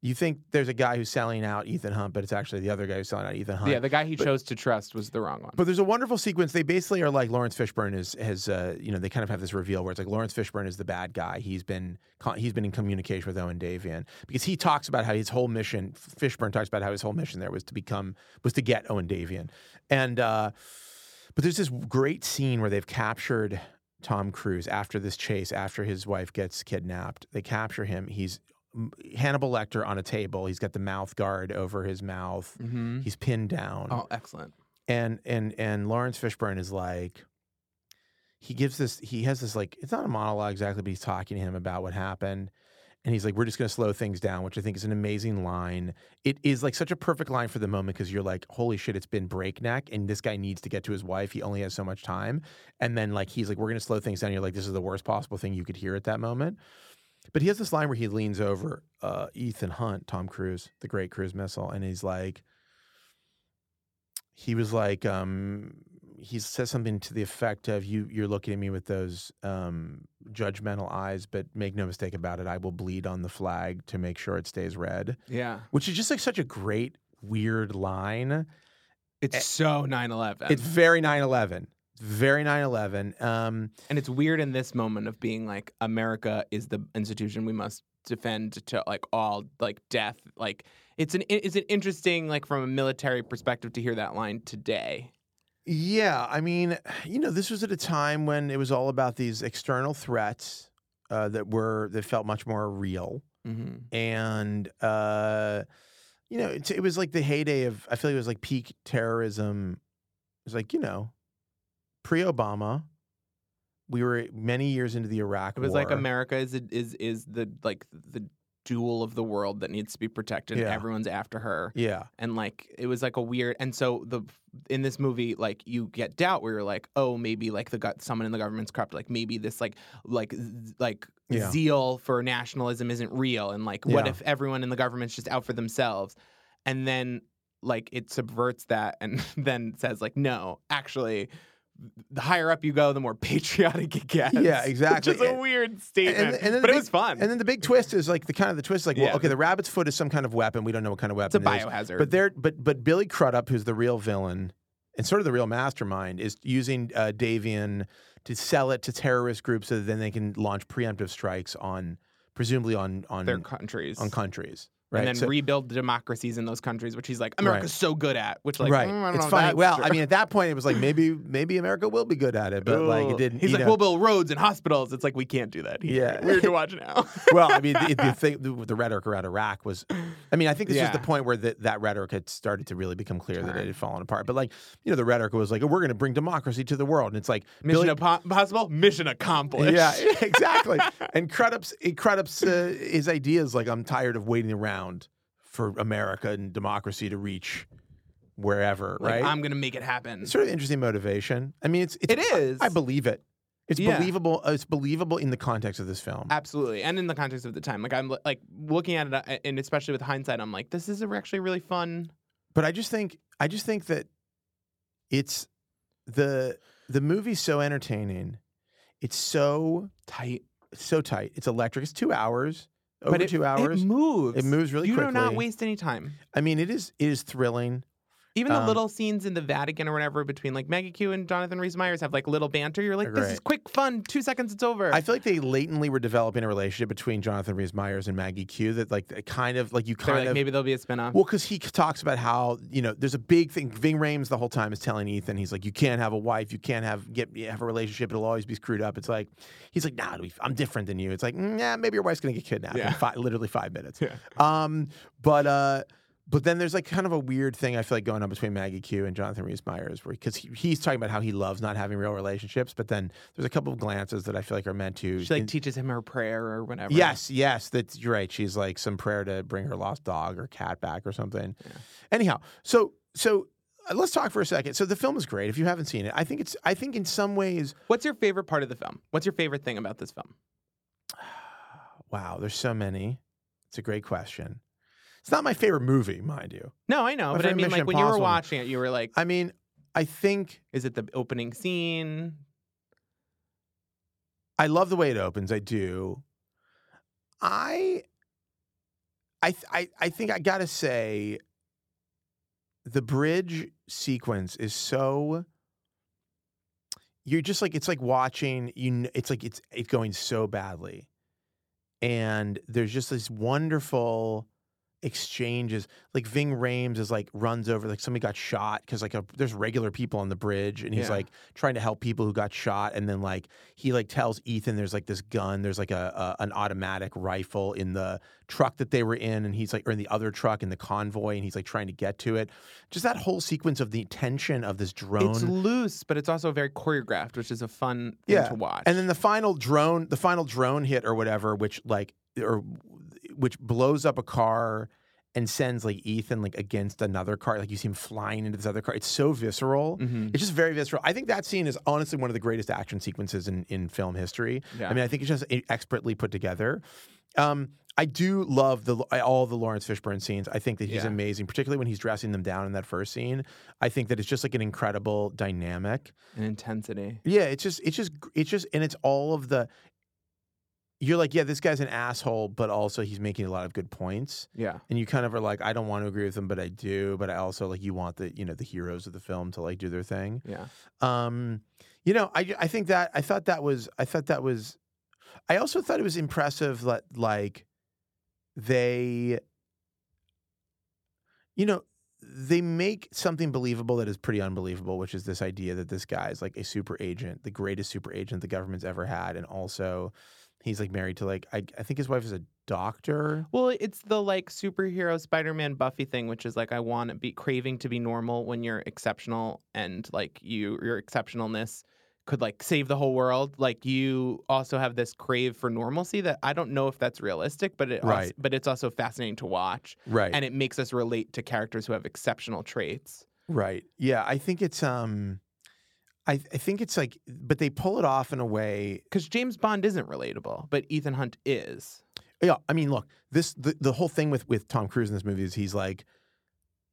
you think there's a guy who's selling out Ethan Hunt, but it's actually the other guy who's selling out Ethan Hunt. Yeah, the guy he But- chose to trust was the wrong one. But there's a wonderful sequence. They basically are like Lawrence Fishburne is has uh, you know they kind of have this reveal where it's like Lawrence Fishburne is the bad guy. He's been con- he's been in communication with Owen Davian because he talks about how his whole mission. Fishburne talks about how his whole mission there was to become was to get Owen Davian, and uh, but there's this great scene where they've captured Tom Cruise after this chase after his wife gets kidnapped. They capture him. He's mm, Hannibal Lecter on a table. He's got the mouth guard over his mouth. Mhm. He's pinned down Oh, excellent. and and and Lawrence Fishburne is like he gives this he has this like it's not a monologue exactly but he's talking to him about what happened and he's like we're just going to slow things down which I think is an amazing line it is like such a perfect line for the moment because you're like holy shit it's been breakneck and this guy needs to get to his wife he only has so much time and then like he's like we're going to slow things down you're like this is the worst possible thing you could hear at that moment but he has this line where he leans over uh, Ethan Hunt Tom Cruise the great cruise missile and he's like he was like um he says something to the effect of you you're looking at me with those um judgmental eyes but make no mistake about it i will bleed on the flag to make sure it stays red Yeah. which is just like such a great weird line It's Eh, so 9 11. it's very 9-11 It's very 9-11 um And it's weird in this moment of being like America is the institution we must defend to like all like death. Like it's an it's an interesting like from a military perspective to hear that line today. Yeah, I mean, you know, this was at a time when it was all about these external threats uh, that were that felt much more real, Mm-hmm. and uh, you know, it, it was like the heyday of I feel like it was like peak terrorism. It was like you know, pre-Obama, we were many years into the Iraq. It was like War. America is is is the like the jewel of the world that needs to be protected. Yeah. and Everyone's after her. Yeah, and like it was like a weird and so the in this movie like you get doubt where you're like oh maybe like the gut someone in the government's corrupt like maybe this like like z- like Yeah. zeal for nationalism isn't real and like what Yeah. if everyone in the government's just out for themselves and then like it subverts that and then says like no actually the higher up you go the more patriotic it gets Yeah, exactly. which is a And- weird statement and then the but big- it was fun and then the big twist is like the kind of the twist, like, well, Yeah. okay, the rabbit's foot is some kind of weapon. We don't know what kind of it's a weapon. it is. biohazard But there, but but Billy Crudup, who's the real villain and sort of the real mastermind, is using uh, Davian to sell it to terrorist groups so that then they can launch preemptive strikes on presumably on on their countries on countries, right? and then So- rebuild democracies in those countries, which he's like, America's so good at. Which like, right, mm, I don't it's know if funny. that's Well, true. I mean, at that point, it was like maybe maybe America will be good at it, but like Ugh. it didn't. He's you like, know. we'll build roads and hospitals. It's like we can't do that. here. Yeah. weird to watch now. well, I mean, the, the thing, the, the rhetoric around Iraq was, I mean, I think this is Yeah. the point where the, that rhetoric had started to really become clear that Turn. it had fallen apart. But like, you know, the rhetoric was like, oh, we're going to bring democracy to the world, and it's like Mission Billy, impo- impossible. Mission accomplished. Yeah, exactly. and Crudup's Crudup's uh, his idea is like I'm tired of waiting around for America and democracy to reach wherever, Like, right? I'm gonna make it happen. it's sort of interesting motivation. I mean, it's, it's It is. I, believe it. It's Yeah. believable. uh, It's believable in the context of this film. Absolutely, and in the context of the time, like I'm like looking at it, uh, and especially with hindsight, I'm like, this is a actually really fun. but I just think I just think that it's the the movie's so entertaining. It's so tight. it's so tight. It's electric. It's two hours. Over but it, two hours. It It moves. moves, really you quickly. do not waste any time. I mean, it is it is thrilling. Even the Um, little scenes in the Vatican or whatever between like Maggie Q and Jonathan Rhys Meyers have like little banter. You're like, this is Right. quick fun. Two seconds, it's over. I feel like they latently were developing a relationship between Jonathan Rhys Meyers and Maggie Q that like they kind of like you They're kind like, of maybe there'll be a spinoff. Well, because he c- talks about how you know there's a big thing. Ving Rhames the whole time is telling Ethan he's like, you can't have a wife, you can't have get have a relationship. It'll always be screwed up. It's like he's like, nah, it'll be f- I'm different than you. It's like, nah, maybe your wife's gonna get kidnapped Yeah. in fi- literally five minutes. Yeah. Um, but uh, but then there's like kind of a weird thing I feel like going on between Maggie Q and Jonathan Rhys Meyers, where because he, he's talking about how he loves not having real relationships, but then there's a couple of glances that I feel like are meant to. she like in- teaches him her prayer or whatever. Yes, yes, that's you're right. She's like some prayer to bring her lost dog or cat back or something. Anyhow, so so uh, let's talk for a second. So the film is great. If you haven't seen it, I think it's I think in some ways, What's your favorite part of the film? What's your favorite thing about this film? wow, there's so many. It's a great question. It's not my favorite movie, mind you. No, I know, My but I favorite mean, Mission like when you were Impossible. watching it, you were like, I mean, I think is it the opening scene? I love the way it opens. I do. I I th- I I think I got to say the bridge sequence is so you're just like it's like watching you kn- it's like it's it's going so badly. And there's just this wonderful exchanges like Ving Rhames is like runs over like somebody got shot cuz like a, there's regular people on the bridge and he's Yeah. like trying to help people who got shot and then like he like tells Ethan there's like this gun, there's like a, a an automatic rifle in the truck that they were in, and he's like or in the other truck in the convoy, and he's like trying to get to it. Just that whole sequence of the tension of this drone. It's loose, but it's also very choreographed, which is a fun thing Yeah, to watch. and then the final drone, the final drone hit or whatever, which like or which blows up a car and sends like Ethan like against another car. Like you see him flying into this other car. It's so visceral. Mhm. It's just very visceral. I think that scene is honestly one of the greatest action sequences in, in film history. Yeah. I mean, I think it's just e- expertly put together. Um, I do love the all the Lawrence Fishburne scenes. I think that he's Yeah. amazing, particularly when he's dressing them down in that first scene. I think that it's just like an incredible dynamic. and intensity. Yeah, it's just it's just it's just and it's all of the. You're like, yeah, this guy's an asshole, but also he's making a lot of good points Yeah. and you kind of are like, I don't want to agree with them, but I do. But I also like you want the you know the heroes of the film to like do their thing. Yeah. Um, you know, I I think that I thought that was I thought that was, I also thought it was impressive that like, they. You know, they make something believable that is pretty unbelievable, which is this idea that this guy is like a super agent, the greatest super agent the government's ever had, and also. He's like married to like I, I think his wife is a doctor. Well, it's the like superhero Spider-Man Buffy thing, which is like I want to be craving to be normal when you're exceptional and like you your exceptionalness could like save the whole world. Like you also have this crave for normalcy that I don't know if that's realistic, but it als- Right. but it's also fascinating to watch Right. and it makes us relate to characters who have exceptional traits. Right. Yeah, I think it's um I, I think it's like but they pull it off in a way. Cuz James Bond isn't relatable, but Ethan Hunt is. Yeah, I mean, look, this the, the whole thing with with Tom Cruise in this movie is he's like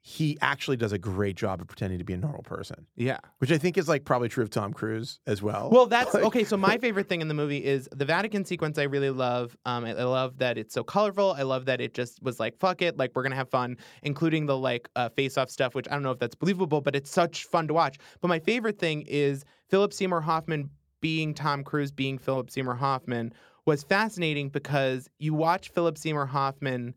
he actually does a great job of pretending to be a normal person, Yeah. which I think is like probably true of Tom Cruise as well. Well, that's Like- okay. So my favorite thing in the movie is the Vatican sequence. I really love. Um, I, I love that it's so colorful. I love that it just was like, fuck it, like we're gonna have fun, including the like uh, face-off stuff, which I don't know if that's believable, but it's such fun to watch. But my favorite thing is Philip Seymour Hoffman being Tom Cruise, being Philip Seymour Hoffman was fascinating because you watch Philip Seymour Hoffman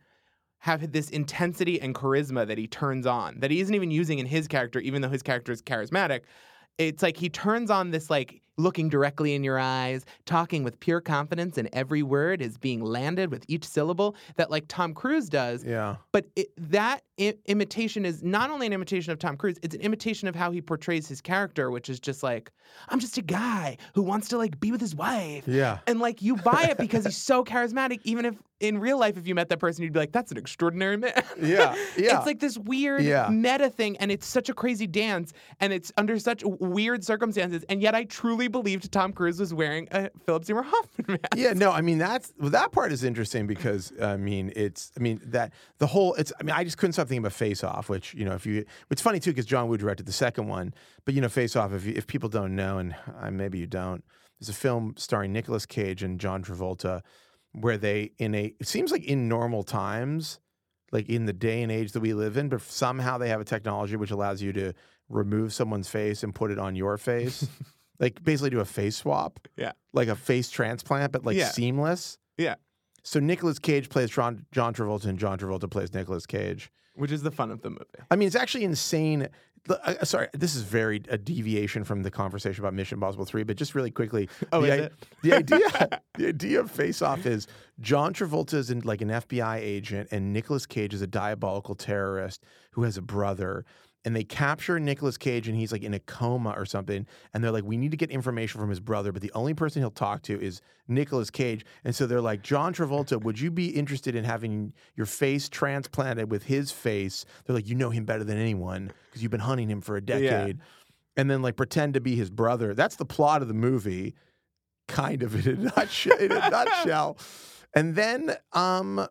have this intensity and charisma that he turns on that he isn't even using in his character, even though his character is charismatic. It's like he turns on this like looking directly in your eyes, talking with pure confidence, and every word is being landed with each syllable that like Tom Cruise does. Yeah. But it, that I- imitation is not only an imitation of Tom Cruise, it's an imitation of how he portrays his character, which is just like, I'm just a guy who wants to like be with his wife. Yeah. And like you buy it because he's so charismatic, even if in real life, if you met that person, you'd be like, that's an extraordinary man. Yeah, yeah. It's like this weird Yeah. meta thing, and it's such a crazy dance, and it's under such weird circumstances. And yet, I truly believed Tom Cruise was wearing a Philip Seymour Hoffman mask. Yeah, no, I mean that's well, that part is interesting because I mean it's I mean that the whole it's I mean I just couldn't stop thinking about Face Off, which you know if you it's funny too because John Woo directed the second one, but you know Face Off if you, if people don't know and uh, maybe you don't, there's a film starring Nicolas Cage and John Travolta where they in a it seems like in normal times, like in the day and age that we live in, but somehow they have a technology which allows you to remove someone's face and put it on your face. Like basically do a face swap like a face transplant, but like Yeah. seamless. Yeah. So Nicolas Cage plays John, John Travolta, and John Travolta plays Nicolas Cage. Which is the fun of the movie. I mean, it's actually insane. The- uh, sorry, this is very a deviation from the conversation about Mission Impossible Three, but just really quickly, Oh, the, is i- it? the idea the idea of Face Off is John Travolta is in, like an FBI agent, and Nicolas Cage is a diabolical terrorist who has a brother. And they capture Nicolas Cage, and he's like in a coma or something. And they're like, "We need to get information from his brother, but the only person he'll talk to is Nicolas Cage." And so they're like, "John Travolta, would you be interested in having your face transplanted with his face?" They're like, "You know him better than anyone because you've been hunting him for a decade." And then like pretend to be his brother. That's the plot of the movie kind of in a nutshell. In a nutshell. And then, um,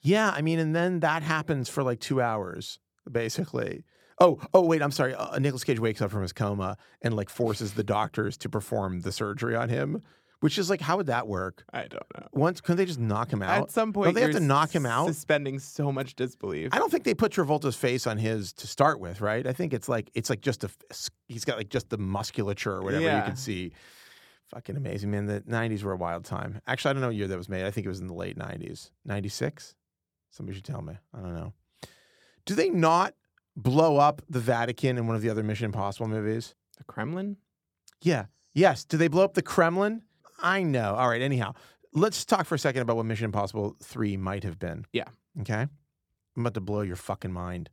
yeah, I mean, and then that happens for like two hours, basically. Oh, oh, wait, I'm sorry. Uh, Nicholas Cage wakes up from his coma and like forces the doctors to perform the surgery on him, which is like, how would that work? I don't know. Once couldn't they just knock him out? At some point, they have you're to knock him out? Suspending so much disbelief. I don't think they put Travolta's face on his to start with, right? I think it's like it's like just a f- he's got like just the musculature or whatever you Yeah. can see. Fucking amazing, man. The '90s were a wild time. Actually, I don't know what year that was made. I think it was in the late '90s, '96. Somebody should tell me. I don't know. Do they not blow up the Vatican in one of the other Mission Impossible movies? The Kremlin? Yeah. Yes. Do they blow up the Kremlin? I know. All right. Anyhow, let's talk for a second about what Mission Impossible 3 might have been. Yeah. Okay. I'm about to blow your fucking mind.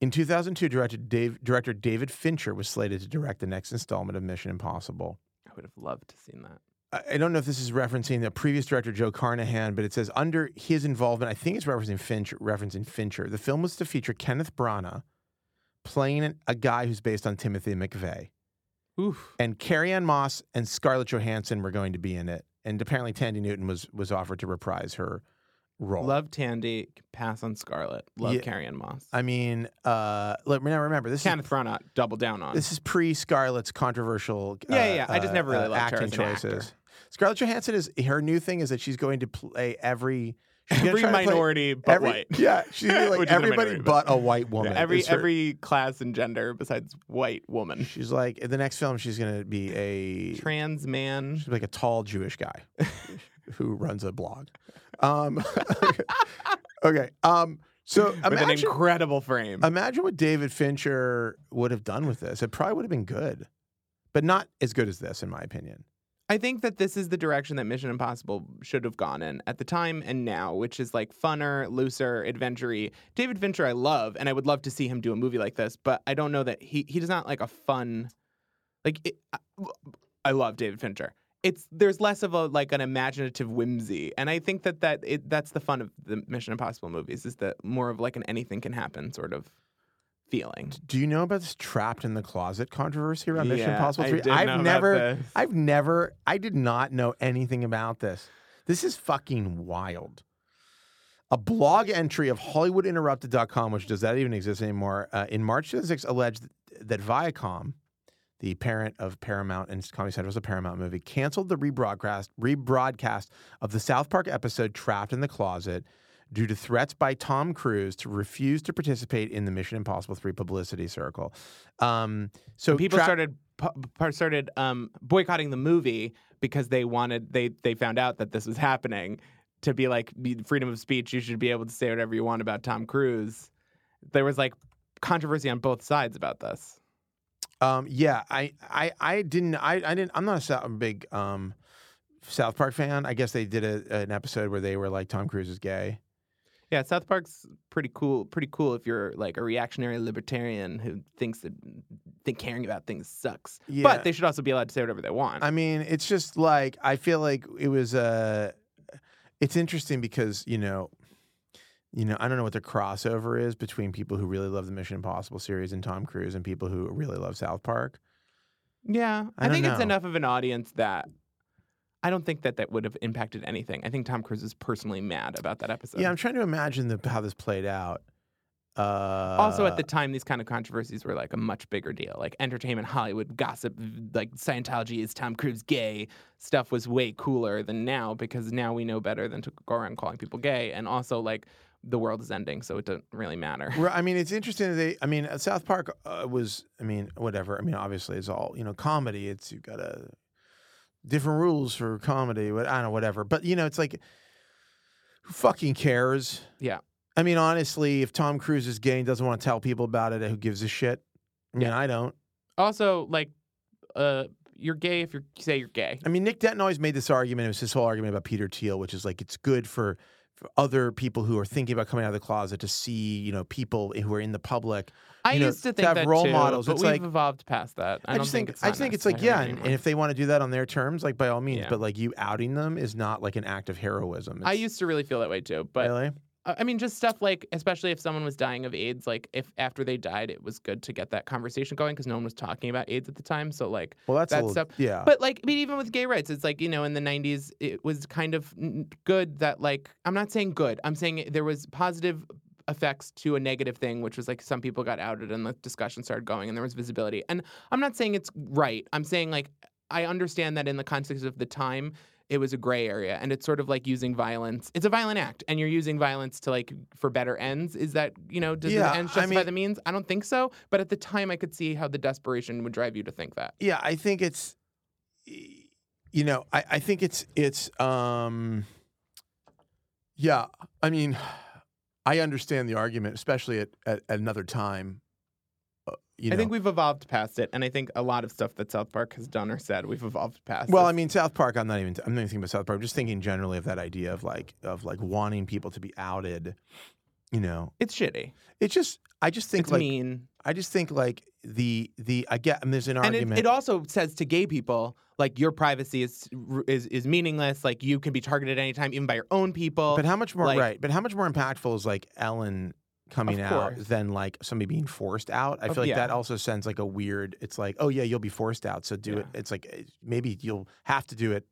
In 2002, director, Dave, director David Fincher was slated to direct the next installment of Mission Impossible. I would have loved to seen that. I I don't know if this is referencing the previous director Joe Carnahan, but it says under his involvement, I think it's referencing Fincher. Referencing Fincher, the film was to feature Kenneth Branagh playing an- a guy who's based on Timothy McVeigh Oof. and Carrie Ann Moss and Scarlett Johansson were going to be in it, and apparently Tandy Newton was was offered to reprise her role. Love Tandy. Pass on Scarlet. Love Yeah. Carrie Ann Moss. I mean, uh, let me now remember this Kenneth is Branagh. Double down on. this is pre Scarlett's controversial. Yeah, yeah, uh, yeah. I just uh, never really uh, liked her acting as an actor. choices. Scarlett Johansson is her new thing is that she's going to play every she's gonna every try to play minority but every- white. Yeah, she's gonna be Which like is a everybody minority, but a white woman. every is her- every class and gender besides white woman. She's like in the next film. She's gonna be a Trans man. She's like a tall Jewish guy who runs a blog. Um, okay. Um, so with an imagine, incredible frame. imagine what David Fincher would have done with this. It probably would have been good, but not as good as this, in my opinion. I think that this is the direction that Mission Impossible should have gone in at the time and now, which is like funner, looser, adventure-y. David Fincher, I love, and I would love to see him do a movie like this, but I don't know that he he does not like a fun, like it, I, I love David Fincher. It's there's less of a like an imaginative whimsy, and I think that that it, that's the fun of the Mission Impossible movies is that more of like an anything can happen sort of feeling. Do you know about this trapped in the closet controversy around Mission Yeah, Impossible I 3? did know I've about never, this. I've never, I did not know anything about this. This is fucking wild. A blog entry of HollywoodInterrupted.com, which does that even exist anymore, uh, in March 2006 alleged that Viacom, the parent of Paramount and Comedy Central's a Paramount movie, canceled the rebroadcast rebroadcast of the South Park episode "Trapped in the Closet" due to threats by Tom Cruise to refuse to participate in the Mission Impossible Three publicity circle. Um, so people Tra- started pu- pu- started um, boycotting the movie because they wanted they they found out that this was happening to be like be- freedom of speech you should be able to say whatever you want about Tom Cruise there was like controversy on both sides about this Um, yeah, I, I, I didn't, I, I didn't, I'm not a Sou- big um, South Park fan. I guess they did a, an episode where they were like Tom Cruise is gay. yeah South Park's pretty cool pretty cool if you're like a reactionary libertarian who thinks that think caring about things sucks Yeah. but they should also be allowed to say whatever they want I mean, it's just like I feel like it was Uh, it's interesting because you know, you know, I don't know what the crossover is between people who really love the Mission Impossible series and Tom Cruise and people who really love South Park. Yeah, I I, don't think it's know. enough of an audience that I don't think that that would have impacted anything. I think Tom Cruise is personally mad about that episode. Yeah, I'm trying to imagine the, how this played out. Uh, also, at the time, these kind of controversies were like a much bigger deal. Like entertainment, Hollywood gossip, like Scientology is Tom Cruise gay stuff was way cooler than now because now we know better than to go around calling people gay. And also, like the world is ending, so it doesn't really matter. Right, I mean, it's interesting that they. I mean, uh, South Park uh, was. I mean, whatever. I mean, obviously, it's all you know, comedy. It's you've got a different rules for comedy. What I don't know, whatever. But you know, it's like, who fucking cares? Yeah. I mean, honestly, if Tom Cruise is gay and doesn't want to tell people about it, who gives a shit? I mean, I don't. Also, like, uh, you're gay if you say you're gay. I mean, Nick Denton always made this argument. It was this whole argument about Peter Thiel, which is like it's good for, for other people who are thinking about coming out of the closet to see, you know, people who are in the public. I you know, used to to think have that role too, models. but It's we've like- evolved past that. I, I, don't just think, think, it's I not just think it's like yeah, necessary and, and anymore. if they want to do that on their terms, like by all means. Yeah. But like you outing them is not like an act of heroism. I It's- used to really feel that way too, but really? I I mean, just stuff like, especially if someone was dying of AIDS, like if after they died, it was good to get that conversation going because no one was talking about AIDS at the time. So like, well, that's a that little, stuff- yeah. but like, but even with gay rights, it's like you know, in the '90s, it was kind of n- good that like I'm not saying good, I'm saying it- there was positive effects to a negative thing, which was like some people got outed and the discussion started going and there was visibility. And I'm not saying it's right. I'm saying like I understand that in the context of the time. It was a gray area, and it's sort of like using violence. It's a violent act, and you're using violence to like for better ends. Is that you know does Yeah, the ends I justify mean- the means? I don't think so. But at the time, I could see how the desperation would drive you to think that. yeah, I think it's, you know, I, I think it's it's um, yeah. I mean, I understand the argument, especially at at, at another time. Uh, you know, I think we've evolved past it, and I think a lot of stuff that South Park has done or said we've evolved past. Well, I this. mean, South Park. I'm not even. I'm not even thinking about South Park. I'm just thinking generally of that idea of like of like wanting people to be outed. You know, it's shitty. it's just. I just think It's like mean, I just think like the the I get. And there's an and it, argument. it also says to gay people like your privacy is is is meaningless. Like you can be targeted anytime, even by your own people. but how much more like- right? But how much more impactful is like Ellen coming Of out course. than like somebody being forced out? I Of- feel like yeah. that also sends like a weird. It's like oh yeah, you'll be forced out, so do Yeah. it. It's like eh, maybe you'll have to do it.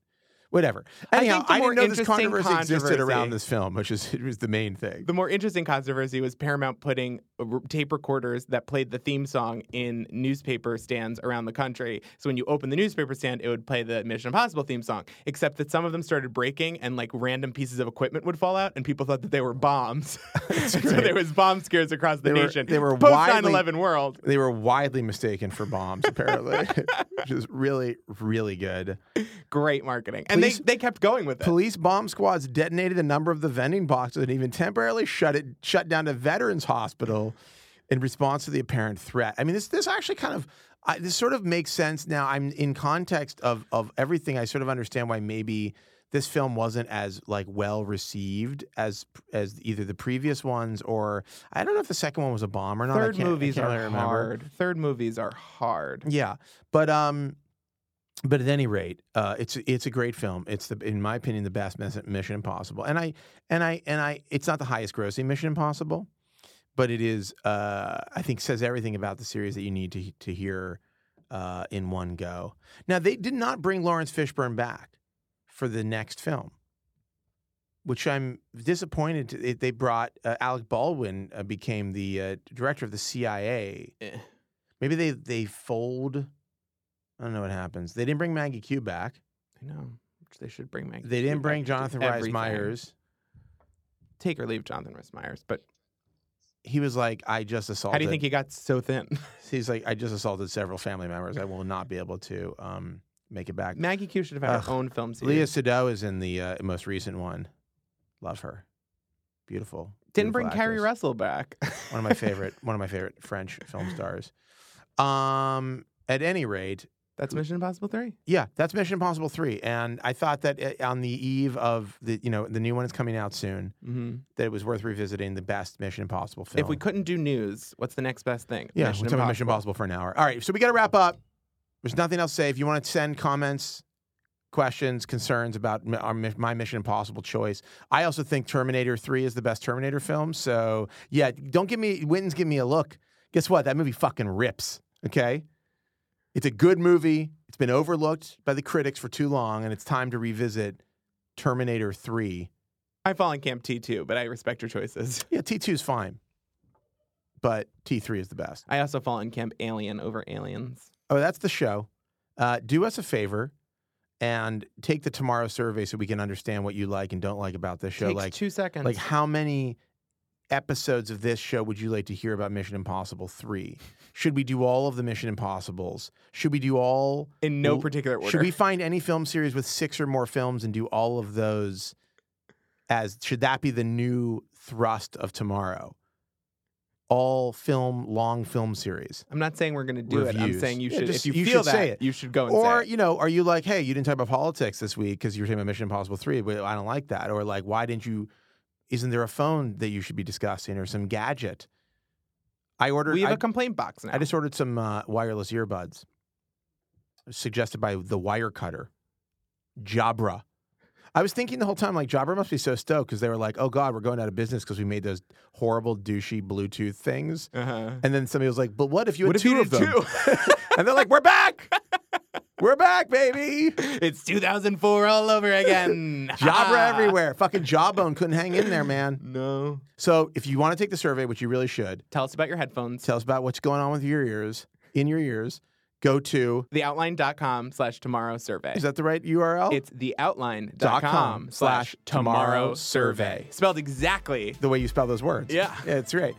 Whatever. Anyhow, think the I, more didn't know this interesting controversy, existed controversy- around this film, which is it was the main thing. the more interesting controversy was Paramount putting uh, r- tape recorders that played the theme song in newspaper stands around the country. So when you open the newspaper stand, it would play the Mission Impossible theme song, except that some of them started breaking and like random pieces of equipment would fall out, and people thought that they were bombs. so great. there was bomb scares across the They were- nation. they were post widely- 9/11 world. They were widely mistaken for bombs, apparently, which is really, really good. Great marketing, and they, Please- they kept going with it. Police bomb squads detonated a number of the vending boxes and even temporarily shut it shut down a veterans hospital in response to the apparent threat. I mean, this this actually kind of I, this sort of makes sense now. I'm in context of of everything. I sort of understand why maybe this film wasn't as like well received as as either the previous ones or I don't know if the second one was a bomb or not. I Third can't- I movies can't are really remember. hard. Third movies are hard. Yeah, but um, but at any rate, uh, it's it's a great film. It's the, in my opinion, the best mes- Mission Impossible, and I and I and I. It's not the highest grossing Mission Impossible, but it is. Uh, I think says everything about the series that you need to to hear uh, in one go. Now they did not bring Lawrence Fishburne back for the next film. Which I'm disappointed. To, they- they brought uh, Alec Baldwin uh, became the uh, director of the CIA Eh. Maybe they they fold. I don't know what happens. They didn't bring Maggie Q back. I know. Which They should bring Maggie. They Q didn't back bring to Jonathan Rhys everything. Meyers. Take or leave Jonathan Rhys Meyers, but He was like, I just assaulted. How do you think he got so thin? He's like, I just assaulted several family members. I will not be able to um, make it back. Maggie Q should have had her Ugh. own film Leah series. Sado is in the uh, most recent one. Love her. Beautiful. beautiful Didn't bring Carrie actress. Russell back. One of my favorite. one of my favorite French film stars. Um. At any rate, That's Mission Impossible 3. Yeah, that's Mission Impossible three, and I thought that uh, on the eve of the you know the new one is coming out soon, Mm-hmm. that it was worth revisiting the best Mission Impossible film. If we couldn't do news, what's the next best thing? yeah, we're talking about Mission Impossible for an hour. All right, so we got to wrap up. There's nothing else to say. If you want to send comments, questions, concerns about m- our, mi- my Mission Impossible choice. I also think Terminator 3 is the best Terminator film. So, yeah, don't give me, Winton's give me a look. Guess what? That movie fucking rips. Okay. It's a good movie. It's been overlooked by the critics for too long, and it's time to revisit Terminator 3. I fall in camp T two, but I respect your choices. Yeah, T2 is fine, but T3 is the best. I also fall in camp Alien over Aliens. Oh, that's the show. Uh, do us a favor and take the tomorrow survey so we can understand what you like and don't like about this show. Takes like, two seconds. like how many episodes of this show would you like to hear about Mission Impossible Three? Should we do all of the Mission Impossibles? Should we do all? in no Well, particular order. Should we find any film series with six or more films and do all of those? As should that be the new thrust of tomorrow? All film, long film series. I'm not saying we're going to do it. I'm Reviews. saying you Yeah, should. just- if you, you feel should that, say it. you should go and Or say it. you know, are you like, hey, you didn't talk about politics this week because you were talking about Mission Impossible Three, but I don't like that. Or like, why didn't you? Isn't there a phone that you should be discussing or some gadget? I ordered. We have I a complaint box now. I just ordered some uh, wireless earbuds, suggested by the wire cutter, Jabra. I was thinking the whole time, like Jabra must be so stoked because they were like, "Oh God, we're going out of business because we made those horrible douchey Bluetooth things." uh-huh. And then somebody was like, "But what if you had What if two you of did them?" and they're like, "We're back, we're back, baby." two? it's 2004 all over again. Ah. Jabra everywhere. Fucking jawbone couldn't hang in there, man. No. So if you want to take the survey, which you really should, Tell us about your headphones. tell us about what's going on with your ears, in your ears. Go to Theoutline.com slash tomorrow survey. is that the right URL? It's Dot com theoutline.com slash tomorrow survey. Spelled exactly. the way you spell those words. Yeah. yeah it's right.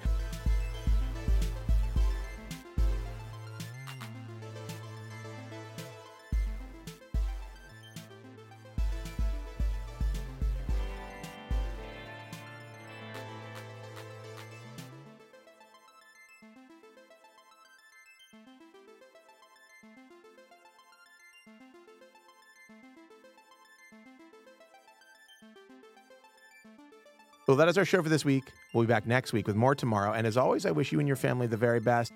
Well, that is our show for this week. We'll be back next week with more tomorrow. And as always, I wish you and your family the very best.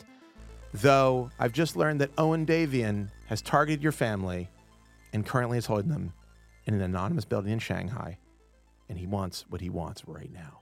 Though I've just learned that Owen Davian has targeted your family and currently is holding them in an anonymous building in Shanghai. And he wants what he wants right now.